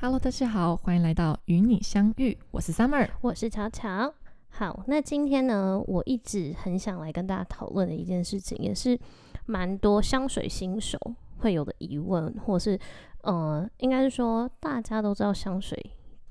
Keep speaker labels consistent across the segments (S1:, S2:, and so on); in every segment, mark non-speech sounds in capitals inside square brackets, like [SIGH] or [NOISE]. S1: Hello，大家好，欢迎来到与你相遇，我是 Summer。
S2: 我是巧巧。好，那今天呢，我一直很想来跟大家讨论的一件事情，也是蛮多香水新手会有的疑问，或是呃，应该是说大家都知道香水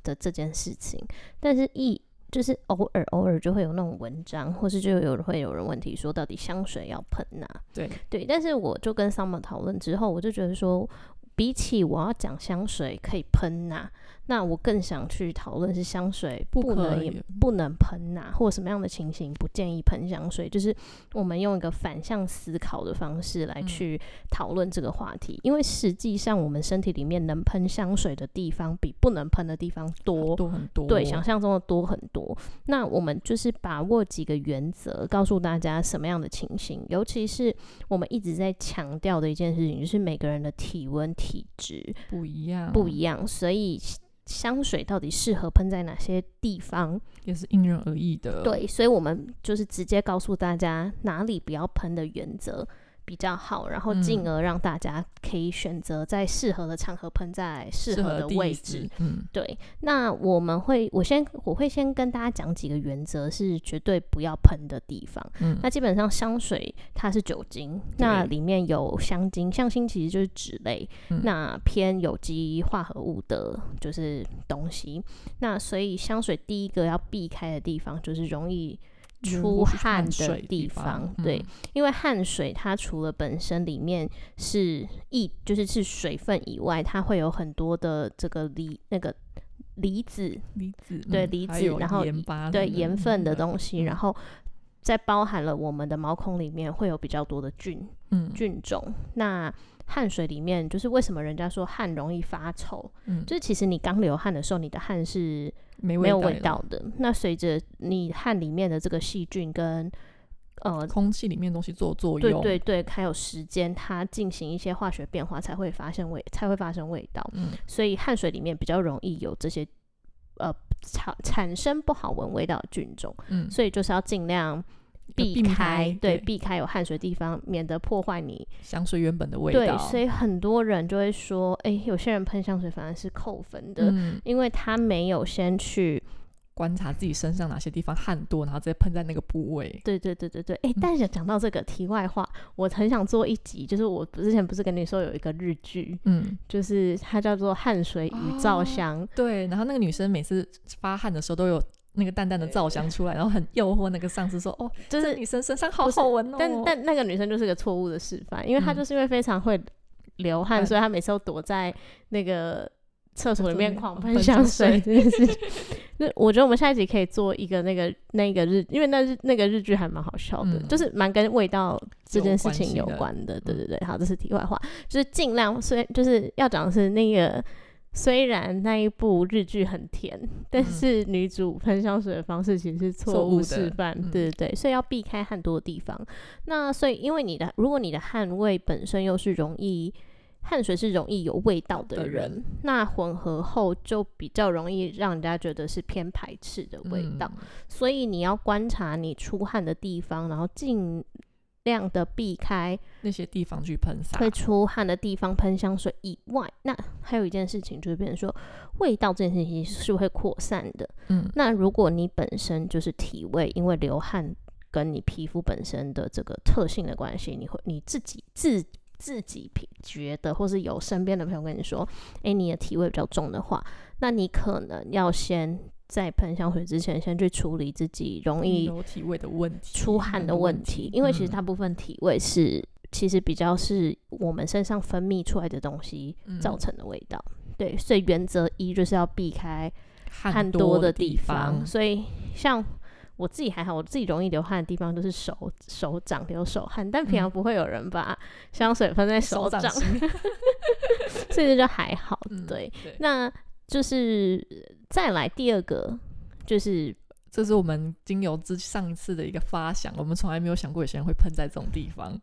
S2: 的这件事情，但是一就是偶尔偶尔就会有那种文章，或是就有会有人问题说，到底香水要喷啊哪、
S1: 对，
S2: 对，但是我就跟 Summer 讨论之后，我就觉得说，比起我要讲香水可以喷呐、那我更想去讨论是香水
S1: 不可
S2: 能也
S1: 以
S2: 不能喷呐、或者什么样的情形不建议喷香水，就是我们用一个反向思考的方式来
S1: 嗯
S2: 去讨论这个话题，因为实际上我们身体里面能喷香水的地方比不能喷的地方多。
S1: 多很多，
S2: 对，想象中的多很多。那我们就是把握几个原则，告诉大家什么样的情形，尤其是我们一直在强调的一件事情，就是每个人的体温、体质
S1: 不一样，
S2: 不一样，所以香水到底适合喷在哪些地方？
S1: 也是因人而异的。，
S2: 对，所以我们就是直接告诉大家哪里不要喷的原则。比较好，然后进
S1: 嗯
S2: 而让大家可以选择在适合的场合喷在适
S1: 适
S2: 合
S1: 合
S2: 的
S1: 地
S2: 位
S1: 址
S2: 置。，
S1: 嗯，
S2: 对，那我们会，我先我会先跟大家讲几个原则，是绝对不要喷的地方。
S1: 嗯
S2: 那基本上香水它是酒精，那里面有香精，香精其实就是脂类，
S1: 嗯
S2: 那偏有机化合物的，就是东西。那所以香水第一个要避开的地方就是容易。出汗的地方，对，因为汗水它除了本身里面是液，就是是水分以外，它会有很多的这个离那个离子，
S1: 离子，
S2: 对
S1: 嗯
S2: 离
S1: 还
S2: 子
S1: 有
S2: 然后
S1: 盐巴
S2: 对
S1: 等
S2: 盐
S1: 等
S2: 分的
S1: 嗯
S2: 东西，然后再包含了我们的毛孔里面会有比较多的菌
S1: 嗯
S2: 菌种。那汗水里面就是为什么人家说汗容易发臭，
S1: 嗯，
S2: 就是其实你刚流汗的时候，你的汗是
S1: 没
S2: 没有
S1: 味
S2: 味
S1: 道了，
S2: 道的。那随着你汗里面的这个细菌跟呃
S1: 空气里面的东西做作
S2: 对
S1: 用，
S2: 对对，还有时间它进行一些化学变化才会发生味，才会发生味道。
S1: 嗯
S2: 所以汗水里面比较容易有这些呃产产生不好闻味道的菌种，
S1: 嗯，
S2: 所以就是要尽量避
S1: 避开对
S2: 对避开有汗水的地方，免得破坏你。
S1: 香水原本的味道，
S2: 对，所以很多人就会说，诶，有些人喷香水反而是扣分的，
S1: 嗯，
S2: 因为他没有先去
S1: 观察自己身上哪些地方汗多，然后直接喷在那个部位，
S2: 对对对对对，哎、
S1: 嗯
S2: 但是讲到这个题外话，我很想做一集，就是我之前不是跟你说有一个日剧，
S1: 嗯，
S2: 就是它叫做《汗水
S1: 哦
S2: 与皂香》
S1: 对，然后那个女生每次发汗的时候都有那个淡淡的皂香出来，然后很诱惑那个上司说：“哦，这
S2: 就是，
S1: 女生身上好
S2: 不是
S1: 好闻哦。
S2: 但但那个女生就是个错误的示范，因为她
S1: 嗯
S2: 就是因为非常会流汗，
S1: 嗯
S2: 所以她每次都躲在那个厕所里
S1: 厕所里
S2: 面
S1: 面哦
S2: 狂
S1: 喷
S2: 喷香
S1: 香
S2: 水这件事 [LAUGHS] 情。那我觉得我们下一集可以做一个那个那个日，因为那日那个日剧还蛮好笑的，
S1: 嗯
S2: 就是蛮跟味道这件事情有
S1: 有关嗯
S2: 关的。对对对，好，这是题外话，就是尽量虽就是要讲的是那个。虽然那一部日剧很甜，但
S1: 嗯
S2: 是女主喷香水的方式其实是
S1: 错
S2: 错
S1: 误
S2: 误
S1: 的
S2: 示范，
S1: 嗯
S2: 对对对，所以要避开汗多的地方。那所以，因为你的如果你的汗味本身又是容易汗水是容易有味道的
S1: 的
S2: 人，
S1: 人
S2: 那混合后就比较容易让人家觉得是偏排斥
S1: 嗯
S2: 的味道。所以你要观察你出汗的地方，然后尽量的避开
S1: 嗯那些地方去喷洒，
S2: 会出汗的地方喷香水以外，那还有一件事情就是，变成说味道这件事情是会扩散的。
S1: 嗯，
S2: 那如果你本身就是体味，因为流汗跟你皮肤本身的这个特性的关系，你会你自己自自己皮觉得，或是有身边的朋友跟你说，诶、你的体味比较重的话，那你可能要先在喷香水之前，先去处理自己容易
S1: 有体味的问题，
S2: 出汗
S1: 那
S2: 的
S1: 个
S2: 问题，因为其实
S1: 嗯
S2: 大部分体味是、其实比较是我们身上分泌出来的东西
S1: 嗯
S2: 造成的味道。对，所以原则一就是要避开汗
S1: 汗
S2: 多
S1: 的
S2: 的地
S1: 方，
S2: 所以像我自己还好，我自己容易流汗的地方就是手手掌流手汗，但
S1: 嗯
S2: 平常不会有人把香水喷在手掌，
S1: 心
S2: [LAUGHS] 所以这就还好。
S1: 嗯
S2: 对，
S1: 对，
S2: 那就是呃再来第二个，就是
S1: 这是我们精油之上一次的一个发想，我们从来没有想过有些人会喷在这种地方，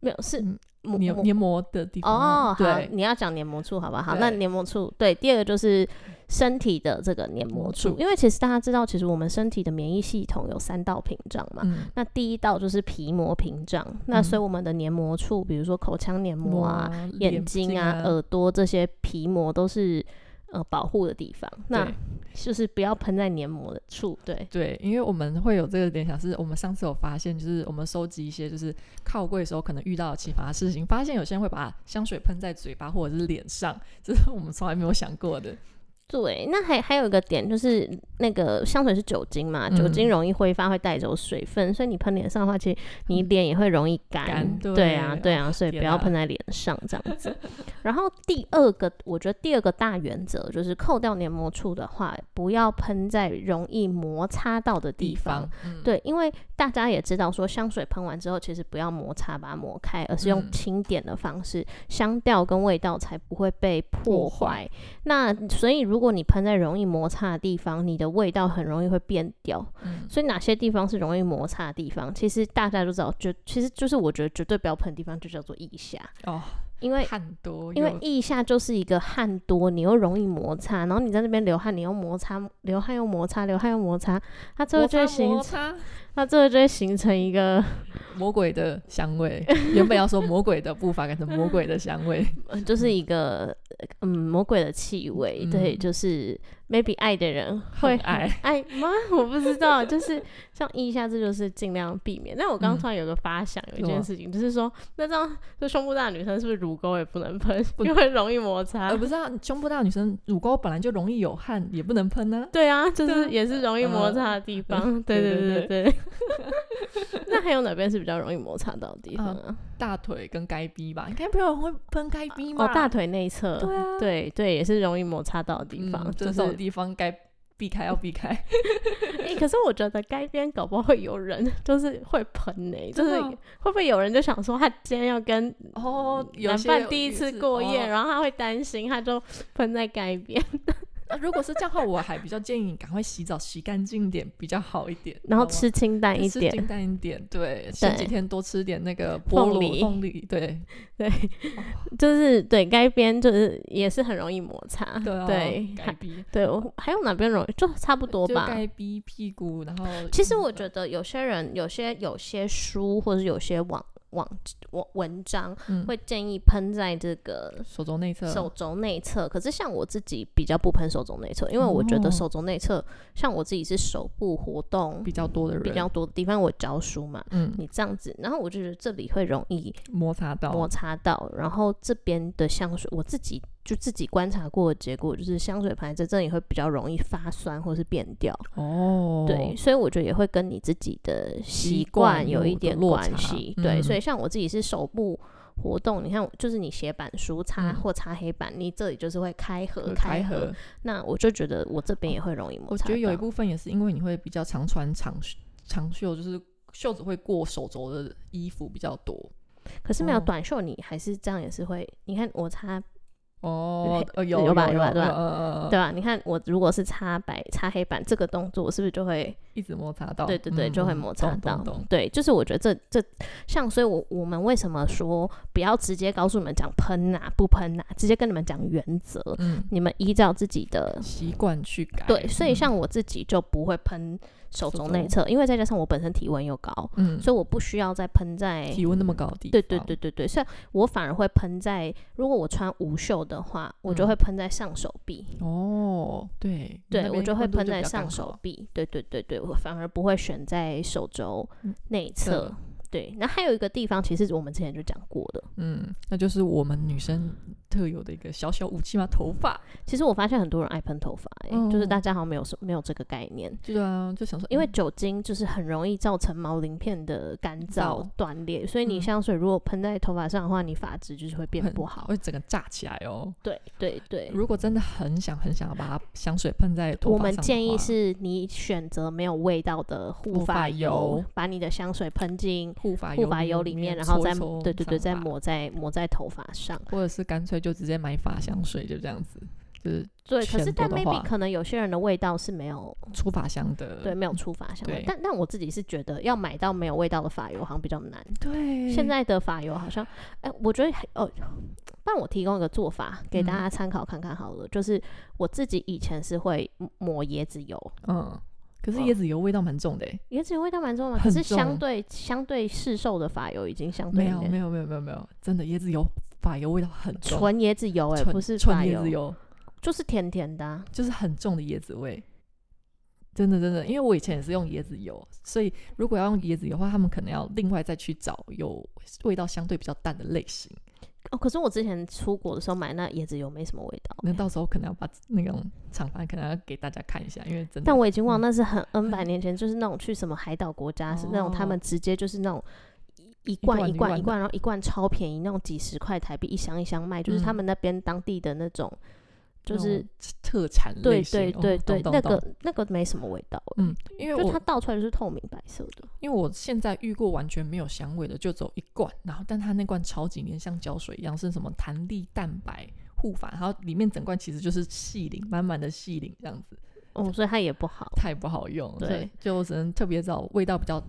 S2: 没有是
S1: 嗯
S2: 抹
S1: 黏
S2: 抹
S1: 黏膜的地方
S2: 哦
S1: 啊，，
S2: 好
S1: 对，，
S2: 你要讲黏膜处好不好？好，
S1: 对
S2: 那黏膜处对，第二个就是身体的这个黏膜
S1: 黏
S2: 处
S1: 膜，处
S2: 因为其实大家知道，其实我们身体的免疫系统有三道屏障嘛。
S1: 嗯，
S2: 那第一道就是皮膜屏障，那所以我们的黏膜嗯处，比如说口腔黏膜啊、
S1: 啊
S2: 眼睛啊、
S1: 啊，
S2: 耳朵这些皮膜都是呃保护的地方，那
S1: 对
S2: 就是不要喷在黏膜的处。对，
S1: 对，因为我们会有这个联想，是我们上次有发现，就是我们收集一些就是靠柜的时候可能遇到的奇葩事情，发现有些人会把香水喷在嘴巴或者是脸上，这是我们从来没有想过的。
S2: 对，那还还有一个点就是那个香水是酒精嘛，酒
S1: 嗯
S2: 精容易挥发，会带走水分，所以你喷脸上的话，其实你脸也会容易干。
S1: 嗯干对
S2: 对啊，对啊，所以
S1: 天
S2: 不要
S1: 啊
S2: 喷在脸上这样子。然后第二个，我觉得第二个大原则就是扣掉黏膜处的话，不要喷在容易摩擦到的地
S1: 地
S2: 方
S1: 方。，嗯，
S2: 对，因为大家也知道说，香水喷完之后，其实不要摩擦把它抹开，而是用
S1: 嗯
S2: 轻点的方式，香调跟味道才不会被破
S1: 破坏
S2: 坏。那所以，如果你喷在容易摩擦的地方，你的味道很容易会变掉。
S1: 嗯
S2: 所以哪些地方是容易摩擦的地方？其实大家都知道，就其实就是我觉得绝对不要喷的地方，就叫做腋下，
S1: 哦，
S2: 因为。
S1: 汗多又，
S2: 因为腋下就是一个汗多，你又容易摩擦，然后你在那边流汗，你又摩擦，流汗又摩擦，流汗又摩擦，它最后
S1: 摩
S2: 就会
S1: 擦
S2: 形
S1: 摩
S2: 成。
S1: 擦
S2: 那这个就会形成
S1: [LAUGHS]
S2: 一个，
S1: 魔鬼的香味，原本要说魔鬼的步伐，改成魔鬼的香味。
S2: 呃就是一个嗯魔鬼的气味，
S1: 嗯
S2: 对，就是 maybe 爱的人 [LAUGHS] 会
S1: 很爱
S2: 爱吗？我不知道， [LAUGHS] 就是像一下，这就是尽量避免。但
S1: 嗯
S2: 我刚刚突然有个发想，有一
S1: 什
S2: 件
S1: 么
S2: 事情，就是说，那这样就胸部大的女生是不是乳沟也不能喷，
S1: [LAUGHS] 不
S2: 因为容易摩擦
S1: 而？不是啊，胸部大的女生乳沟本来就容易有汗，也不能喷呢、
S2: 对啊，就
S1: 对
S2: 是
S1: 啊
S2: 也是容易摩擦的地方。对
S1: 对
S2: 对
S1: 对
S2: 对 [LAUGHS] 对。那还有哪边是比较容易摩擦到的地方啊？
S1: 大腿跟该逼吧，应该没有人会喷该逼嘛？
S2: 哦，大腿内侧。
S1: 对啊，
S2: 对对，也是容易摩擦到的地
S1: 嗯
S2: 方，
S1: 这
S2: 就是
S1: 种地方该避开要避开。
S2: 欸可是我觉得街边搞不好会有人 [LAUGHS] 就是会喷呢、就
S1: 真
S2: 是
S1: 的
S2: 会不会有人就想说他今天要跟
S1: 哦，有
S2: 男
S1: 些
S2: 伴
S1: 有
S2: 第一
S1: 有
S2: 次
S1: 是
S2: 过夜，
S1: 哦
S2: 然后他会担心，他就喷在街边，
S1: 那如果是这样的话，我还比较建议你赶快洗澡，洗干净一点比较好一点，
S2: 然后
S1: 好啊吗
S2: 吃清淡一
S1: 吃
S2: 点。
S1: 清淡一点。对，前几
S2: 对
S1: 天多吃点那个
S2: 凤
S1: 菠萝
S2: 梨
S1: 凤梨，对
S2: 对，就是对街边就是也是很容易摩擦。
S1: 对啊，
S2: 对
S1: 该
S2: 还
S1: 逼
S2: 对，我还有哪边容易？就差不多
S1: 就
S2: 吧。
S1: 该逼屁股，然后
S2: 其实我
S1: 得
S2: 觉得有些人、有些有些书或者有些网网网文章
S1: 嗯
S2: 会建议喷在这个
S1: 手肘内侧
S2: 手肘内侧，可是像我自己比较不喷手肘内侧，因为我觉得
S1: 哦
S2: 手肘内侧，像我自己是手部活动
S1: 比较多的人
S2: 比较多的地方，我教书嘛，
S1: 嗯
S2: 你这样子，然后我就觉得这里会容易
S1: 摩擦到
S2: 摩擦到，然后这边的香水，我自己就自己观察过的结果，就是香水盘在这里会比较容易发酸或是变掉，
S1: 哦，
S2: 对，，所以我觉得也会跟你自己的习
S1: 习
S2: 惯
S1: 惯
S2: 有
S1: 有
S2: 一
S1: 的
S2: 点
S1: 落
S2: 关
S1: 差
S2: 系。对，
S1: 嗯
S2: 所以像我自己是手部活动，你看，就是你写板书擦
S1: 嗯
S2: 或擦黑板，你这里就是会开合
S1: 开
S2: 合。
S1: 合。
S2: 那我就觉得我这边也会容易摩擦
S1: 我觉得有一
S2: 到
S1: 部分也是因为你会比较常穿长袖长袖，就是袖子会过手肘的衣服比较多。
S2: 可是没有
S1: 哦
S2: 短袖，你还是这样也是会。你看我擦，
S1: 哦，呃，
S2: 有
S1: 有
S2: 吧有吧对吧
S1: 吧
S2: 对吧？啊你看我如果是擦白擦黑板这个动作，我是不是就会？
S1: 一直摩擦到，
S2: 对对对，
S1: 嗯
S2: 就会
S1: 嗯
S2: 摩擦
S1: 懂
S2: 到。
S1: 懂懂
S2: 对，就是我觉得这这像，所以我我们为什么说不要直接告诉你们讲喷哪不喷哪，直接跟你们讲原则，
S1: 嗯，
S2: 你们依照自己的。
S1: 习惯去改，
S2: 对，所以
S1: 嗯
S2: 像我自己就不会喷手
S1: 手
S2: 肘
S1: 肘
S2: 内侧，因为再加上我本身体温又高，
S1: 嗯，
S2: 所以我不需要再喷在。
S1: 体温那么高的地，
S2: 对对对，对对，所以我反而会喷在，如果我穿无袖的话，我就
S1: 嗯
S2: 会喷在上手臂。
S1: 哦，对，
S2: 对
S1: 那
S2: 我
S1: 边
S2: 就会
S1: 温度
S2: 喷在
S1: 比较
S2: 上
S1: 刚
S2: 手
S1: 好，
S2: 臂，对对对对，我反而不会选在手肘
S1: 嗯
S2: 内侧。对，那还有一个地方，其实我们之前就讲过的。
S1: 嗯，那就是我们女生特有的一个小小武器嘛，头发，
S2: 其实我发现很多人爱喷头发、欸，就是
S1: 嗯
S2: 大家好像没有什没有这个概念，
S1: 对啊，就想说，
S2: 因为
S1: 嗯
S2: 酒精就是很容易造成毛鳞片的干燥
S1: 燥
S2: 断裂，所以你
S1: 嗯
S2: 香水如果喷在头发上的话，你发质就是会变
S1: 哎很
S2: 不好。
S1: 会整个炸起来哦。
S2: 对对对，
S1: 如果真的很想很想要把它香水喷在头发
S2: 我们
S1: 上的
S2: 建议
S1: 话
S2: 是你选择没有味道的护
S1: 护
S2: 发
S1: 发
S2: 油
S1: 油，
S2: 把你的香水喷进
S1: 护发
S2: 护发油
S1: 油
S2: 里面，
S1: 面，
S2: 然后
S1: 搓一
S2: 再
S1: 搓
S2: 对对对，
S1: 上
S2: 再
S1: 发，
S2: 抹在抹在头发上。
S1: 或者是干脆就直接买发香水，就这样子，就是
S2: 对，可是
S1: 选
S2: 但
S1: 购的
S2: maybe
S1: 话
S2: 可能有些人的味道是没有
S1: 出发香的，
S2: 对没有出发香
S1: 嗯
S2: 味
S1: 对，
S2: 但但我自己是觉得要买到没有味道的发油好像比较难。
S1: 对，
S2: 现在的发油好像，哎、我觉得还哦，但我提供一个做法给
S1: 嗯
S2: 大家参考看看好了，就是我自己以前是会抹椰子油，
S1: 嗯，可是
S2: 哦
S1: 椰子油味道蛮重的欸，
S2: 椰子油味道蛮重的嘛，可
S1: 很
S2: 是相
S1: 重欸
S2: 对相对市售的发油已经相哦对
S1: 没有
S2: 点
S1: 没有没有没有没有，真的椰子油发油味道很重，
S2: 纯椰子油哎、
S1: 纯
S2: 不是
S1: 纯
S2: 发
S1: 椰
S2: 油
S1: 子，油，
S2: 就是甜甜的、啊，
S1: 就是很重的椰子味。真的真的，因为我以前也是用椰子油，所以如果要用椰子油的话，他们可能要另外再去找有味道相对比较淡的类型。
S2: 哦，可是我之前出国的时候买那椰子油没什么味道，
S1: 那到时候可能要把那种厂牌可能要给大家看一下，因为真的。
S2: 但我已经忘了那是很 N 百年前，就是那种去什么海岛国家是那种他们直接就是那种一罐
S1: 罐
S2: 一
S1: 哦一
S2: 罐
S1: 罐
S2: 一
S1: 的
S2: 罐，然后一罐超便宜，那种几十块台币一箱一箱卖，就是他
S1: 嗯
S2: 们那边当地的那种，就
S1: 那种
S2: 是
S1: 特产
S2: 对
S1: 类型，
S2: 对
S1: 哦
S2: 对对，
S1: 懂
S2: 那
S1: 懂懂
S2: 个那个没什么味道欸，
S1: 嗯，因为
S2: 就
S1: 我
S2: 它倒出来就是透明白色的。
S1: 因为我现在遇过完全没有香味的，就只有一罐，然后但它那罐超级黏，像胶水一样，是什么弹力蛋白护发，然后里面整罐其实就是细鳞，满满的细鳞这样子，
S2: 哦，所以它也不好。
S1: 太不好用，
S2: 对
S1: 所以就只能特别找味道比较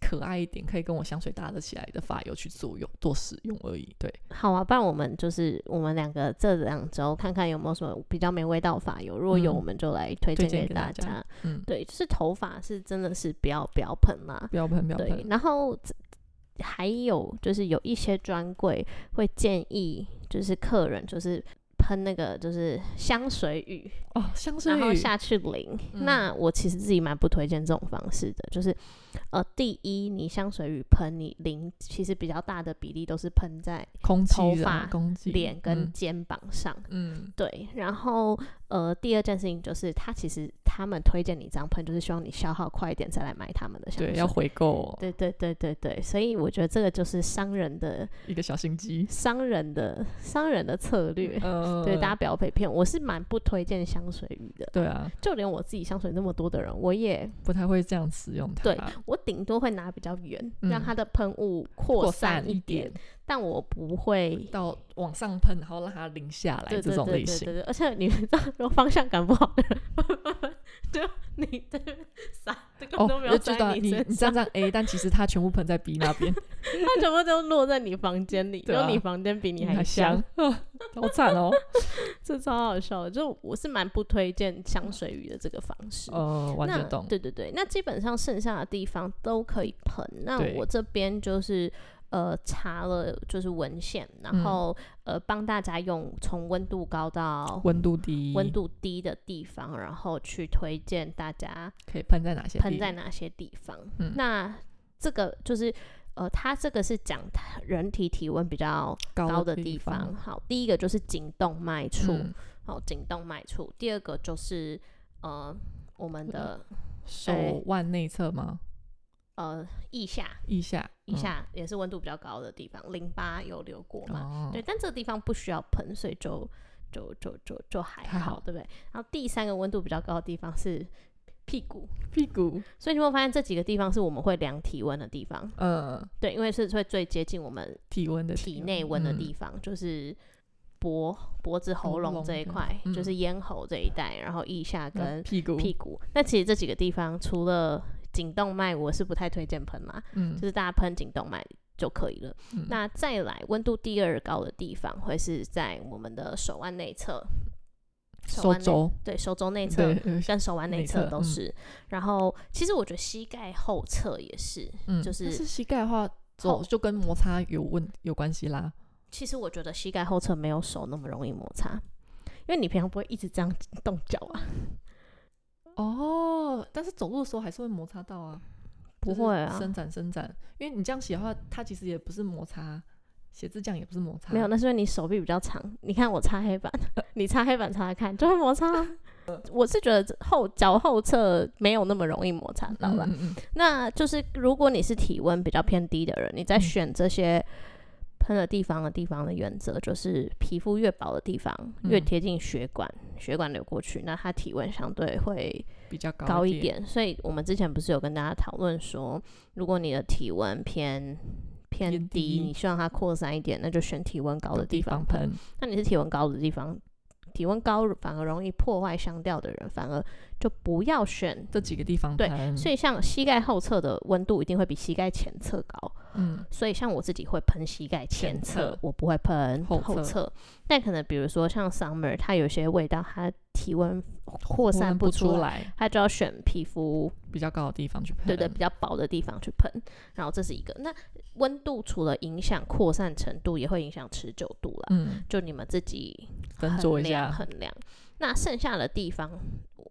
S1: 可爱一点，可以跟我香水搭得起来的发油去作用做使用而已。对，
S2: 好啊，不然我们就是我们两个这两周看看有没有什么比较没味道法油，如果有
S1: 嗯
S2: 我们就来推
S1: 推
S2: 荐
S1: 荐
S2: 给
S1: 给
S2: 大
S1: 大家
S2: 家。
S1: 嗯，
S2: 对，就是头发是真的是不要不要喷啦。
S1: 不要喷，不要
S2: 对
S1: 喷，，
S2: 然后这还有就是有一些专柜会建议，就是客人就是喷那个就是香水雨，
S1: 哦，香水
S2: 然后
S1: 雨，
S2: 下去淋。
S1: 嗯
S2: 那我其实自己蛮不推荐这种方式的，就是呃，第一，你香水雨喷你淋，其实比较大的比例都是喷在
S1: 空气
S2: 头
S1: 染
S2: 发
S1: 空气
S2: 脸跟
S1: 嗯
S2: 肩膀上。
S1: 嗯
S2: 对，然后呃，第二件事情就是，他其实他们推荐你这样喷，就是希望你消耗快一点再来买他们的香水。
S1: 对，要回购
S2: 对对对对对，所以我觉得这个就是商人的
S1: 一个小心机，
S2: 商人的商人的策略。
S1: 呃，
S2: [LAUGHS] 对，大家不要被骗。我是蛮不推荐香水雨的，
S1: 对啊，
S2: 就连我自己香水那么多的人，我也
S1: 不太会这样使用它，
S2: 对我顶多会拿比较远，让
S1: 嗯
S2: 它的喷雾扩
S1: 扩
S2: 散
S1: 散
S2: 一
S1: 一
S2: 点
S1: 点，，
S2: 但我不会
S1: 到往上喷，然后让它淋下来
S2: 对
S1: 这
S2: 对
S1: 种
S2: 对
S1: 类
S2: 对
S1: 型。
S2: 对对，而且你知道，如果方向感不好的人， [LAUGHS] 就你这撒，这个
S1: 哦
S2: 都没，有
S1: 我知道
S2: 在
S1: 你
S2: 身
S1: 你这
S2: 上
S1: 样，这样 A，但其实它全部喷在 B 那边，
S2: 它全部都落在你房间里，
S1: [LAUGHS] 对
S2: 就
S1: 啊
S2: 你房间比你还
S1: 还香，好惨哦。
S2: 这超好笑的。就我是蛮不推荐香水鱼的这个方式。
S1: 呃，完
S2: 那
S1: 全懂。
S2: 对对对，那基本上剩下的地方都可以喷。那
S1: 对
S2: 我这边就是呃查了就是文献，然
S1: 嗯
S2: 后、呃帮大家用从温度高到
S1: 温度低，
S2: 温度低的地方，然后去推荐大家
S1: 可以喷在哪些地？
S2: 喷在哪些地方。
S1: 嗯
S2: 那这个就是呃，它这个是讲它人体体温比较高
S1: 高
S2: 的地
S1: 地
S2: 方。好，第一个就是颈动脉处，
S1: 嗯
S2: 好，颈动脉处。第二个就是呃，我们的
S1: 手腕内侧吗？
S2: 呃腋下，
S1: 腋下，
S2: 腋
S1: 嗯
S2: 下也是温度比较高的地方，淋巴有流过嘛？
S1: 哦，
S2: 对，但这个地方不需要喷，所以就就就就就还
S1: 还
S2: 好，
S1: 好
S2: 对不对？然后第三个温度比较高的地方是屁股，
S1: 屁股，
S2: 所以你会发现这几个地方是我们会量体温的地方，
S1: 呃，
S2: 对，因为是会最接近我们
S1: 体温的
S2: 体内温的
S1: 嗯
S2: 地方，就是脖、脖子、喉
S1: 喉
S2: 咙
S1: 咙
S2: 这一
S1: 跟
S2: 块，
S1: 嗯
S2: 就是咽喉这一带，然后腋下
S1: 那
S2: 跟
S1: 屁股，
S2: 屁股。那其实这几个地方除了颈动脉，我是不太推荐喷啦，
S1: 嗯
S2: 就，是大家喷颈动脉就可以了。
S1: 嗯
S2: 那再来温度第二高的地方会是在我们的手腕内侧，手
S1: 手
S2: 腕内
S1: 肘，
S2: 对，手肘内侧
S1: 对，呃
S2: 跟手腕内
S1: 内
S2: 侧
S1: 侧
S2: 都
S1: 嗯
S2: 是。然后其实我觉得膝盖后侧也是，
S1: 嗯，
S2: 就
S1: 但
S2: 是
S1: 是膝盖的话，走就跟摩擦有问有关系啦。
S2: 其实我觉得膝盖后侧没有手那么容易摩擦，因为你平常不会一直这样动脚啊，
S1: 哦，但是走路的时候还是会摩擦到啊，
S2: 不
S1: 就是
S2: 会啊，
S1: 伸展伸展，因为你这样写的话，它其实也不是摩擦，写字这样也不是摩擦，
S2: 没有，那是因为你手臂比较长。你看我擦黑板， [LAUGHS] 你擦黑板擦看就会摩擦啊、
S1: [LAUGHS]
S2: 我是觉得后脚后侧没有那么容易摩擦到
S1: 嗯
S2: 啦。
S1: 嗯嗯，
S2: 那就是如果你是体温比较偏低的人，你在
S1: 嗯
S2: 选这些喷的地方的地方的原则就是，皮肤越薄的地方越
S1: 嗯
S2: 贴近血管，血管流过去，那它体温相对会
S1: 比较高
S2: 高一
S1: 点，
S2: 点。所以我们之前不是有跟大家讨论说，如果你的体温偏偏
S1: 偏
S2: 低，
S1: 低
S2: 你希望它扩散一点，那就选体温高的地
S1: 地
S2: 方
S1: 方。喷，
S2: 那你是体温高的地方，体温高反而容易破坏香调的人，反而就不要选。
S1: 这几个地方
S2: 对
S1: 喷，
S2: 所以像膝盖后侧的温度一定会比膝盖前侧高，
S1: 嗯
S2: 所以像我自己会喷膝盖前
S1: 前
S2: 侧
S1: 侧，
S2: 我不会喷
S1: 后
S2: 后
S1: 侧
S2: 侧。但可能比如说像 Summer，它有些味道它体温扩
S1: 我
S2: 散
S1: 闻不
S2: 出来，
S1: 来，
S2: 它就要选皮肤
S1: 比较高的地方去喷。
S2: 对对比较薄的地方去喷。然后这是一个。那温度除了影响扩散程度，也会影响持久度啦。
S1: 嗯，
S2: 就你们自己
S1: 斟
S2: 衡
S1: 酌一
S2: 量
S1: 下，
S2: 衡量。那剩下的地方，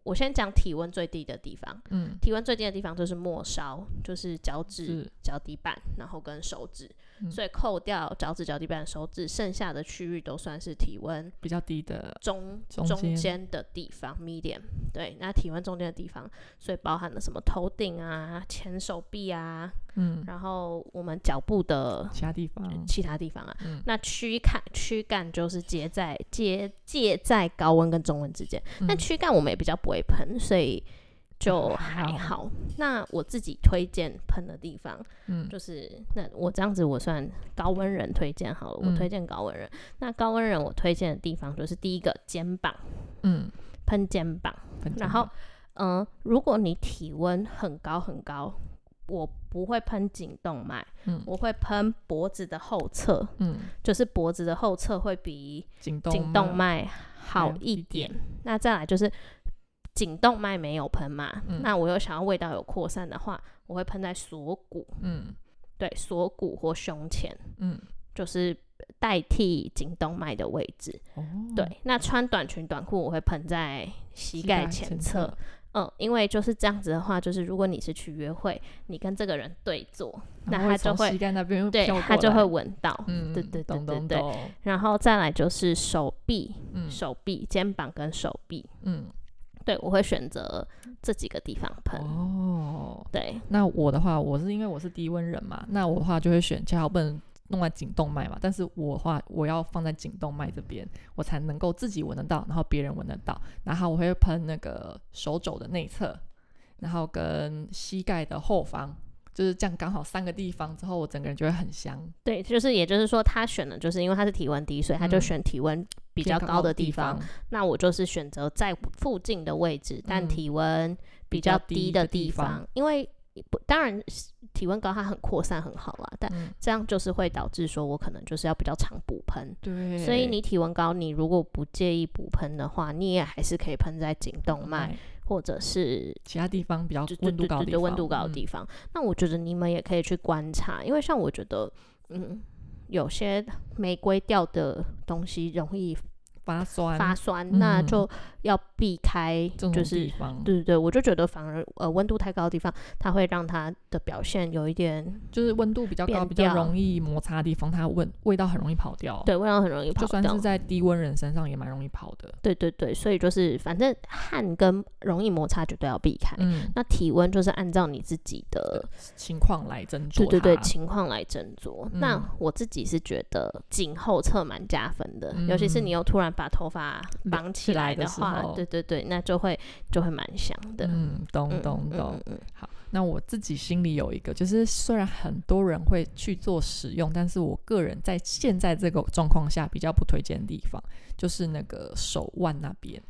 S2: 我先讲体温最低的地方。
S1: 嗯，
S2: 体温最低的地方就是末梢，就是脚趾
S1: 是、
S2: 脚底板，然后跟手指。
S1: 嗯
S2: 所以扣掉脚趾、脚底板、手指，剩下的区域都算是体温
S1: 比较低的，
S2: 中
S1: 中
S2: 中
S1: 间
S2: 间的地方，medium。对，那体温中间的地方，所以包含了什么头顶啊、前手臂啊，
S1: 嗯，
S2: 然后我们脚部的
S1: 其他地方
S2: 其他地方啊。
S1: 嗯
S2: 那躯干躯干就是接在接介在高温跟中温之间。那
S1: 嗯
S2: 躯干我们也比较不会喷，所以
S1: [LAUGHS]
S2: 就还
S1: 还
S2: 哎好。那我自己推荐喷的地方，
S1: 嗯
S2: 就是那我这样子我算高温人推荐好了，我
S1: 嗯
S2: 推荐高温人。那高温人我推荐的地方就是第一个肩膀，
S1: 嗯，
S2: 喷肩膀。
S1: 分
S2: 然
S1: 钟
S2: 后，嗯、如果你体温很高很高，我不会喷颈动脉，
S1: 嗯
S2: 我会喷脖子的后侧，
S1: 嗯，
S2: 就是脖子的后侧会比
S1: 颈动
S2: 颈动
S1: 脉
S2: 脉好
S1: 有
S2: 一
S1: 一
S2: 点
S1: 点。
S2: 那再来就是颈动脉没有喷嘛，
S1: 嗯
S2: 那我又想要味道有扩散的话，我会喷在锁骨，
S1: 嗯
S2: 对，锁骨或胸前，
S1: 嗯，
S2: 就是代替颈动脉的位置。
S1: 哦，
S2: 对，那穿短裙短裤我会喷在膝盖前侧，，嗯，因为就是这样子的话，就是如果你是去约会，你跟这个人对坐，那
S1: 然后
S2: 他就
S1: 从
S2: 会
S1: 膝盖那边
S2: 对
S1: 飘
S2: 他
S1: 过
S2: 就会
S1: 来，
S2: 闻到。
S1: 嗯，
S2: 对对对
S1: 懂
S2: 对
S1: 懂
S2: 对
S1: 懂，
S2: 然后再来就是手臂、
S1: 嗯
S2: 手臂、肩膀跟手臂，
S1: 嗯，
S2: 对，我会选择这几个地方喷。
S1: 哦，
S2: 对，
S1: 那我的话，我是因为我是低温人嘛，那我的话就会选恰好不能弄在颈动脉嘛，但是我的话我要放在颈动脉这边，我才能够自己闻得到，然后别人闻得到，然后我会喷那个手肘的内侧，然后跟膝盖的后方，就是这样刚好三个地方之后，我整个人就会很香，
S2: 对，就是也就是说，他选的就是因为他是体温低，所以他就
S1: 嗯
S2: 选体温比较
S1: 偏
S2: 高的地
S1: 地
S2: 方。，那我就是选择在附近的位置，但
S1: 嗯
S2: 体温比
S1: 比较
S2: 较
S1: 低
S2: 低的
S1: 的地
S2: 地
S1: 方
S2: 方，因为不当然是体温高它很扩散很好啦，但
S1: 嗯，
S2: 这样就是会导致说我可能就是要比较常补喷。
S1: 对，
S2: 所以你体温高，你如果不介意补喷的话，你也还是可以喷在颈动脉
S1: 脉
S2: 或者是
S1: 其他地方比较
S2: 就就
S1: 温度
S2: 就
S1: 高的
S2: 就
S1: 地
S2: 就
S1: 方，
S2: 温度高的
S1: 嗯
S2: 地方。那我觉得你们也可以去观察，因为像我觉得，嗯，有些玫瑰调的东西容易
S1: 发酸
S2: 发酸，那
S1: 嗯
S2: 就要避开，
S1: 这种
S2: 就是
S1: 地。方，
S2: 对对对，我就觉得反而呃温度太高的地方，它会让它的表现有一点
S1: 就是温度比较高、
S2: 变
S1: 比较
S2: 调
S1: 容易摩擦的地方，它味味道很容易跑掉。，
S2: 对味道很容易跑
S1: 就算
S2: 掉
S1: 是。在低温人身上也蛮容易跑的。
S2: 对对对，所以就是反正汗跟容易摩擦绝对要避开。
S1: 嗯，
S2: 那体温就是按照你自己的
S1: 情况来斟酌
S2: 对
S1: 它。
S2: 对对情况来斟酌。那
S1: 嗯
S2: 我自己是觉得颈后侧蛮加分的，尤其是你又突然把头发绑起
S1: 嗯起来
S2: 来
S1: 的时
S2: 话，
S1: 候
S2: 对对对，那就会就会蛮香的。
S1: 嗯，
S2: 嗯
S1: 懂懂
S2: 嗯
S1: 懂。
S2: 嗯嗯
S1: 好，那我自己心里有一个，就是虽然很多人会去做使用，但是我个人在现在这个状况下比较不推荐的地方，就是那个手腕那边，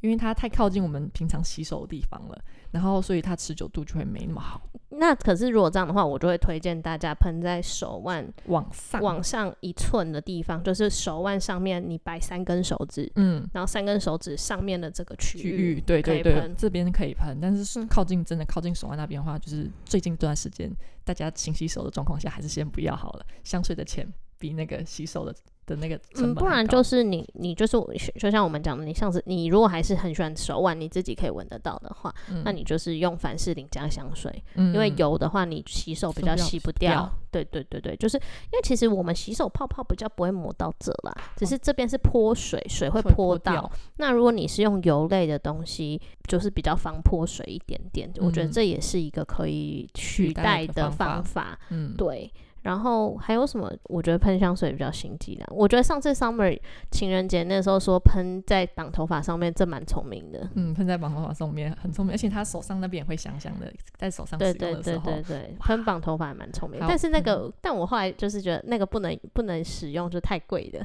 S1: 因为它太靠近我们平常洗手的地方了，然后所以它持久度就会没那么好，
S2: 那可是如果这样的话，我就会推荐大家喷在手腕
S1: 往上。
S2: 往上一寸的地方，就是手腕上面你摆三根手指，
S1: 嗯，
S2: 然后三根手指上面的这个区
S1: 区
S2: 域。
S1: 域，对
S2: 可
S1: 对
S2: 以
S1: 对
S2: 喷，
S1: 这边可以喷，但是是
S2: 嗯
S1: 靠近真的靠近手腕那边的话，就是最近这段时间大家勤洗手的状况下，还是先不要好了。香水的钱比那个洗手的的那个成本还
S2: 嗯，
S1: 高，
S2: 不然就是你，你就是我就像我们讲的，你上次你如果还是很喜欢手腕，你自己可以闻得到的话，
S1: 嗯
S2: 那你就是用凡士林加香水，
S1: 因
S2: 因为油的话，你洗手比较洗不掉。
S1: 掉
S2: 对对对对，就是因为其实我们洗手泡泡比较不会磨到这啦，只是这边是泼水，水会
S1: 哦会
S2: 泼
S1: 泼
S2: 到
S1: 掉。
S2: 那如果你是用油类的东西，就是比较防泼水一点点，我觉得
S1: 嗯
S2: 这也是一个可以取
S1: 取代
S2: 代
S1: 的方
S2: 的
S1: 法
S2: 方法。
S1: 嗯
S2: 对。然后还有什么？我觉得喷香水比较心机啦。我觉得上次 summer 情人节那时候说喷在绑头发上面，这蛮聪明的。
S1: 嗯喷在绑头发上面很聪明，而且他手上那边也会香香的，在手上使
S2: 对
S1: 用
S2: 对
S1: 的时
S2: 对
S1: 候，
S2: 对对，喷绑头发还蛮聪明，
S1: 好嗯
S2: 但是那个，但我后来就是觉得那个不能不能使用，就太贵的，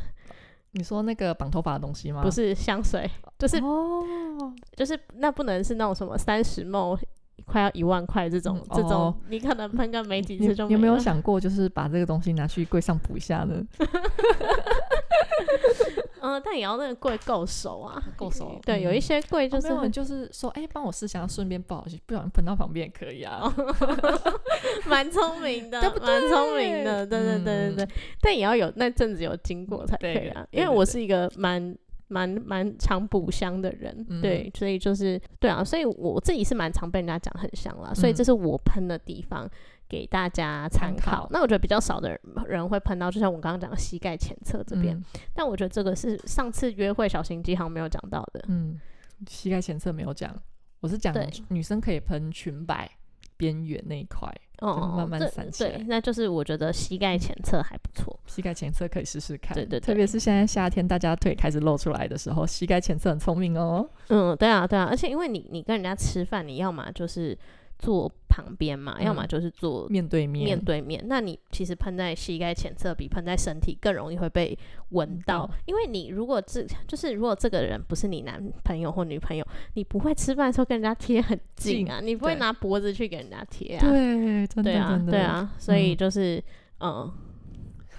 S1: 你说那个绑头发的东西吗？
S2: 不是香水，就是
S1: 哦，
S2: 就是那不能是那种什么三十梦快要一万块这种、
S1: 嗯
S2: 这种，
S1: 哦
S2: 你可能喷个没几
S1: 你
S2: 次就
S1: 你有没有
S2: 了
S1: 想过，就是把这个东西拿去柜上补一下呢？
S2: 嗯，但也要那个柜够熟啊，
S1: 够熟
S2: 对，有一
S1: 嗯
S2: 些柜就
S1: 就是
S2: 是
S1: 很
S2: 很
S1: 就是说，哎、帮我试一下，顺便不好意思，不小心喷到旁边也可以
S2: 哦
S1: 啊。
S2: [LAUGHS] 蛮聪明的，
S1: 对不
S2: 蛮聪明
S1: 对
S2: 的，对对对对对。但也要有那阵子有经过才可以啊，
S1: 对
S2: 因
S1: 对
S2: 为
S1: 对
S2: 我是一个蛮蛮蛮常补香的人，
S1: 嗯
S2: 对，所以就是对啊，所以我自己是蛮常被人家讲很香啦，所以
S1: 嗯
S2: 这是我喷的地方。给大家
S1: 参
S2: 参
S1: 考
S2: 考。那我觉得比较少的人人会喷到，就像我刚刚讲的膝盖前侧这
S1: 嗯
S2: 边。但我觉得这个是上次约会小心机好像没有讲到的。
S1: 嗯，嗯，膝盖前侧没有讲，我是讲
S2: 对
S1: 女生可以喷裙摆边缘那一块，
S2: 哦，
S1: 就慢慢
S2: 这
S1: 散起来
S2: 对，那就是我觉得膝盖前侧还不错。
S1: 膝盖前侧可以试试看。
S2: 对对
S1: 特
S2: 对
S1: 别是现在夏天，大家腿开始露出来的时候，膝盖前侧很聪明哦。
S2: 嗯，对啊，对啊，而且因为你你跟人家吃饭，你要么就是坐旁边嘛，要么
S1: 嗯
S2: 就是坐
S1: 面对面，
S2: 面对面。那你其实喷在膝盖前侧比喷在身体更容易会被闻
S1: 闻
S2: 到
S1: 到，
S2: 因为你如果这就是如果这个人不是你男朋友或女朋友，你不会吃饭的时候跟人家贴很近啊，你不会
S1: 对
S2: 拿脖子去给人家贴啊，
S1: 对，真的
S2: 对啊
S1: 真，的，
S2: 对，啊，所以
S1: 嗯
S2: 就是嗯，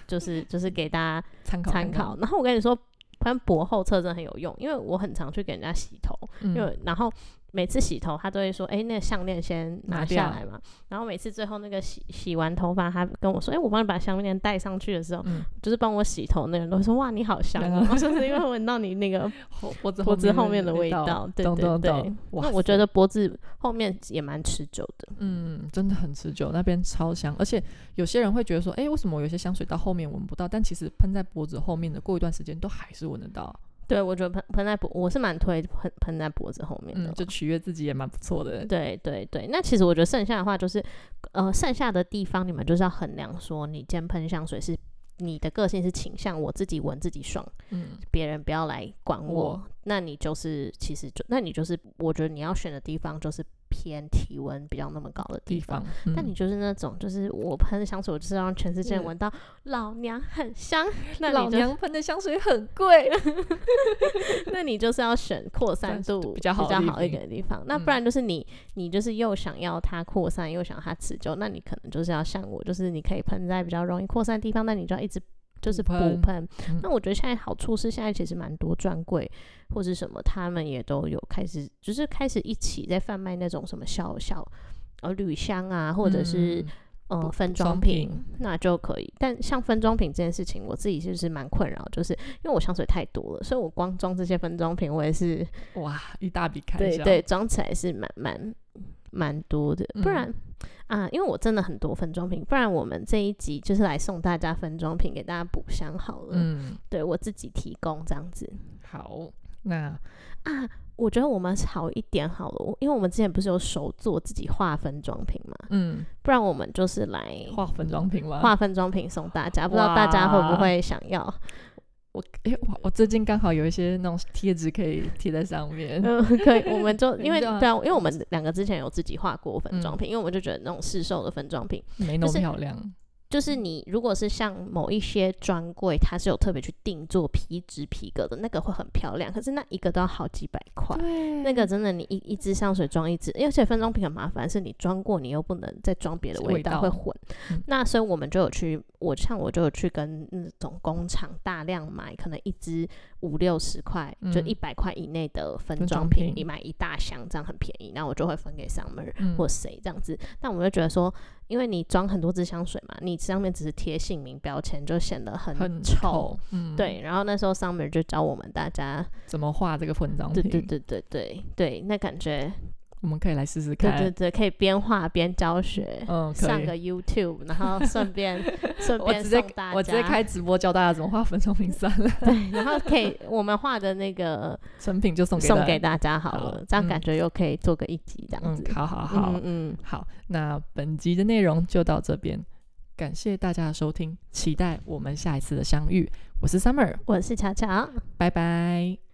S2: 就是就是给大家。
S1: 参考
S2: 参
S1: 看看
S2: 考。，然后我跟你说，喷脖后侧真的很有用，因为我很常去给人家洗头，因
S1: 嗯
S2: 为然后每次洗头他都会说，哎、那个项链先拿
S1: 拿
S2: 下
S1: 掉
S2: 来嘛。然后每次最后那个洗洗完头发，他跟我说，哎、我帮你把项链戴上去的时候，
S1: 嗯，
S2: 就是帮我洗头那个人都会说，哇，你
S1: [LAUGHS]
S2: 好香、
S1: 香
S2: 哦，
S1: 啊
S2: 就是因为闻到你那个
S1: 后脖子
S2: 脖子后面的味
S1: 味 [LAUGHS]
S2: 道，对
S1: 懂
S2: 对
S1: 懂
S2: 对
S1: 懂。。哇
S2: 那我
S1: 塞
S2: 觉得脖子后面也蛮持久的，
S1: 嗯，真的很持久，那边超香，而且有些人会觉得说，哎、为什么我有些香水到后面闻不到？但其实喷在脖子后面的，过一段时间都还是闻得到。
S2: 对我觉得喷喷在脖，我是蛮推喷喷在脖子后面
S1: 嗯
S2: 的啦，，
S1: 就取悦自己也蛮不错
S2: [LAUGHS]
S1: 的。
S2: 对对对，那其实我觉得剩下的话就是，呃，剩下的地方你们就是要衡量说，你今天喷香水是你的个性是倾向我自己闻自己爽，
S1: 嗯，
S2: 别人不要来管我。
S1: 我
S2: 那你就是其实就那你就是我觉得你要选的地方就是偏体温比较那么高的
S1: 地
S2: 地方。
S1: 方。
S2: 那
S1: 嗯
S2: 你就是那种，就是我喷香水，我就是让全世界
S1: 嗯
S2: 人闻到老娘很香。 [LAUGHS] 那
S1: 老
S2: 你就
S1: 娘喷的香水很贵，
S2: [LAUGHS] 那你就是要选扩散
S1: 算是
S2: 度
S1: 比较好的地
S2: 一
S1: 方嗯
S2: 点的地方，那不然就是你、你就是又想要它扩散，又想它持久，那你可能就是要像我，就是你可以喷在比较容易扩散的地方，那你就要一直就是补
S1: 补喷
S2: 喷。
S1: 嗯
S2: 那我觉得现在好处是，现在其实蛮多专柜或是什么，他们也都有开始，就是开始一起在贩卖那种什么小小呃铝香啊， [LAUGHS] 或者是、
S1: 嗯
S2: 呃
S1: 不
S2: 分装
S1: 装
S2: 品
S1: 瓶，
S2: 那就可以。但像分装品这件事情，我自己就是蛮困扰，就是因为我香水太多了，所以我光装这些分装品，我也是
S1: 哇一大笔开
S2: 对
S1: 销。
S2: 对，装起来是蛮蛮蛮多的。不
S1: 嗯
S2: 然、啊，因为我真的很多分装品，不然我们这一集就是来送大家分装品，给大家补香好了。
S1: 嗯，
S2: 对我自己提供这样子。
S1: 好，那
S2: 啊，我觉得我们好一点好了，我因为我们之前不是有手做自己画分装品嘛，
S1: 嗯，
S2: 不然我们就是来
S1: 化粉妆品吗？
S2: 划分装品送大家，不知道大家会不会想要？
S1: 我哎、我我最近刚好有一些那种贴纸可以贴在上面。
S2: 嗯，可以，我们就因为
S1: 对啊
S2: 对啊，因为我们两个之前有自己画过分装品，因为我们就觉得那种市售的分装品，
S1: 没那
S2: 就
S1: 么
S2: 是
S1: 漂亮，
S2: 就是你如果是像某一些专柜，它是有特别去定做皮质皮革的那个会很漂亮，可是那一个都要好几百块。
S1: 对
S2: 那个真的，你一一支香水装一支，而且分装品很麻烦，是你装过你又不能再装别的
S1: 味
S2: 味道，
S1: 道
S2: 会混。
S1: 嗯
S2: 那所以我们就有去，我像我就有去跟那种工厂大量买，可能一支五六十块，就
S1: 嗯
S2: 一百块以内的分
S1: 分
S2: 装
S1: 装
S2: 品
S1: 品，
S2: 你买一大箱，这样很便宜。那我就会分给 Summer
S1: 嗯
S2: 或谁这样子。但我就觉得说，因为你装很多支香水嘛，你上面只是贴姓名标签，就显得很
S1: 很
S2: 丑。，
S1: 嗯，，
S2: 对，然后那时候 Summer 就教我们大家
S1: 怎么画这个粉妆
S2: 对
S1: 品？
S2: 对对对对对，那感觉
S1: 我们可以来试试
S2: 对
S1: 看。
S2: 对对，可以边画边教学，
S1: 嗯，可
S2: 上
S1: 以
S2: 个 YouTube，然后顺
S1: [LAUGHS]
S2: 便顺
S1: 我
S2: 便
S1: 直接
S2: 送大家，
S1: 我直接开直播教大家怎么画粉妆品算了，
S2: 对，然后可以我们画的那个
S1: 成品就送给
S2: 送
S1: 大
S2: 给
S1: 家。
S2: 大家好了，
S1: 好
S2: 这样
S1: 嗯
S2: 感觉又可以做个一集这样子
S1: 嗯，，好好好、
S2: 嗯嗯，
S1: 好，那本集的内容就到这边，感谢大家的收听，期待我们下一次的相遇。我是 Summer，
S2: 我是巧巧，
S1: 拜拜。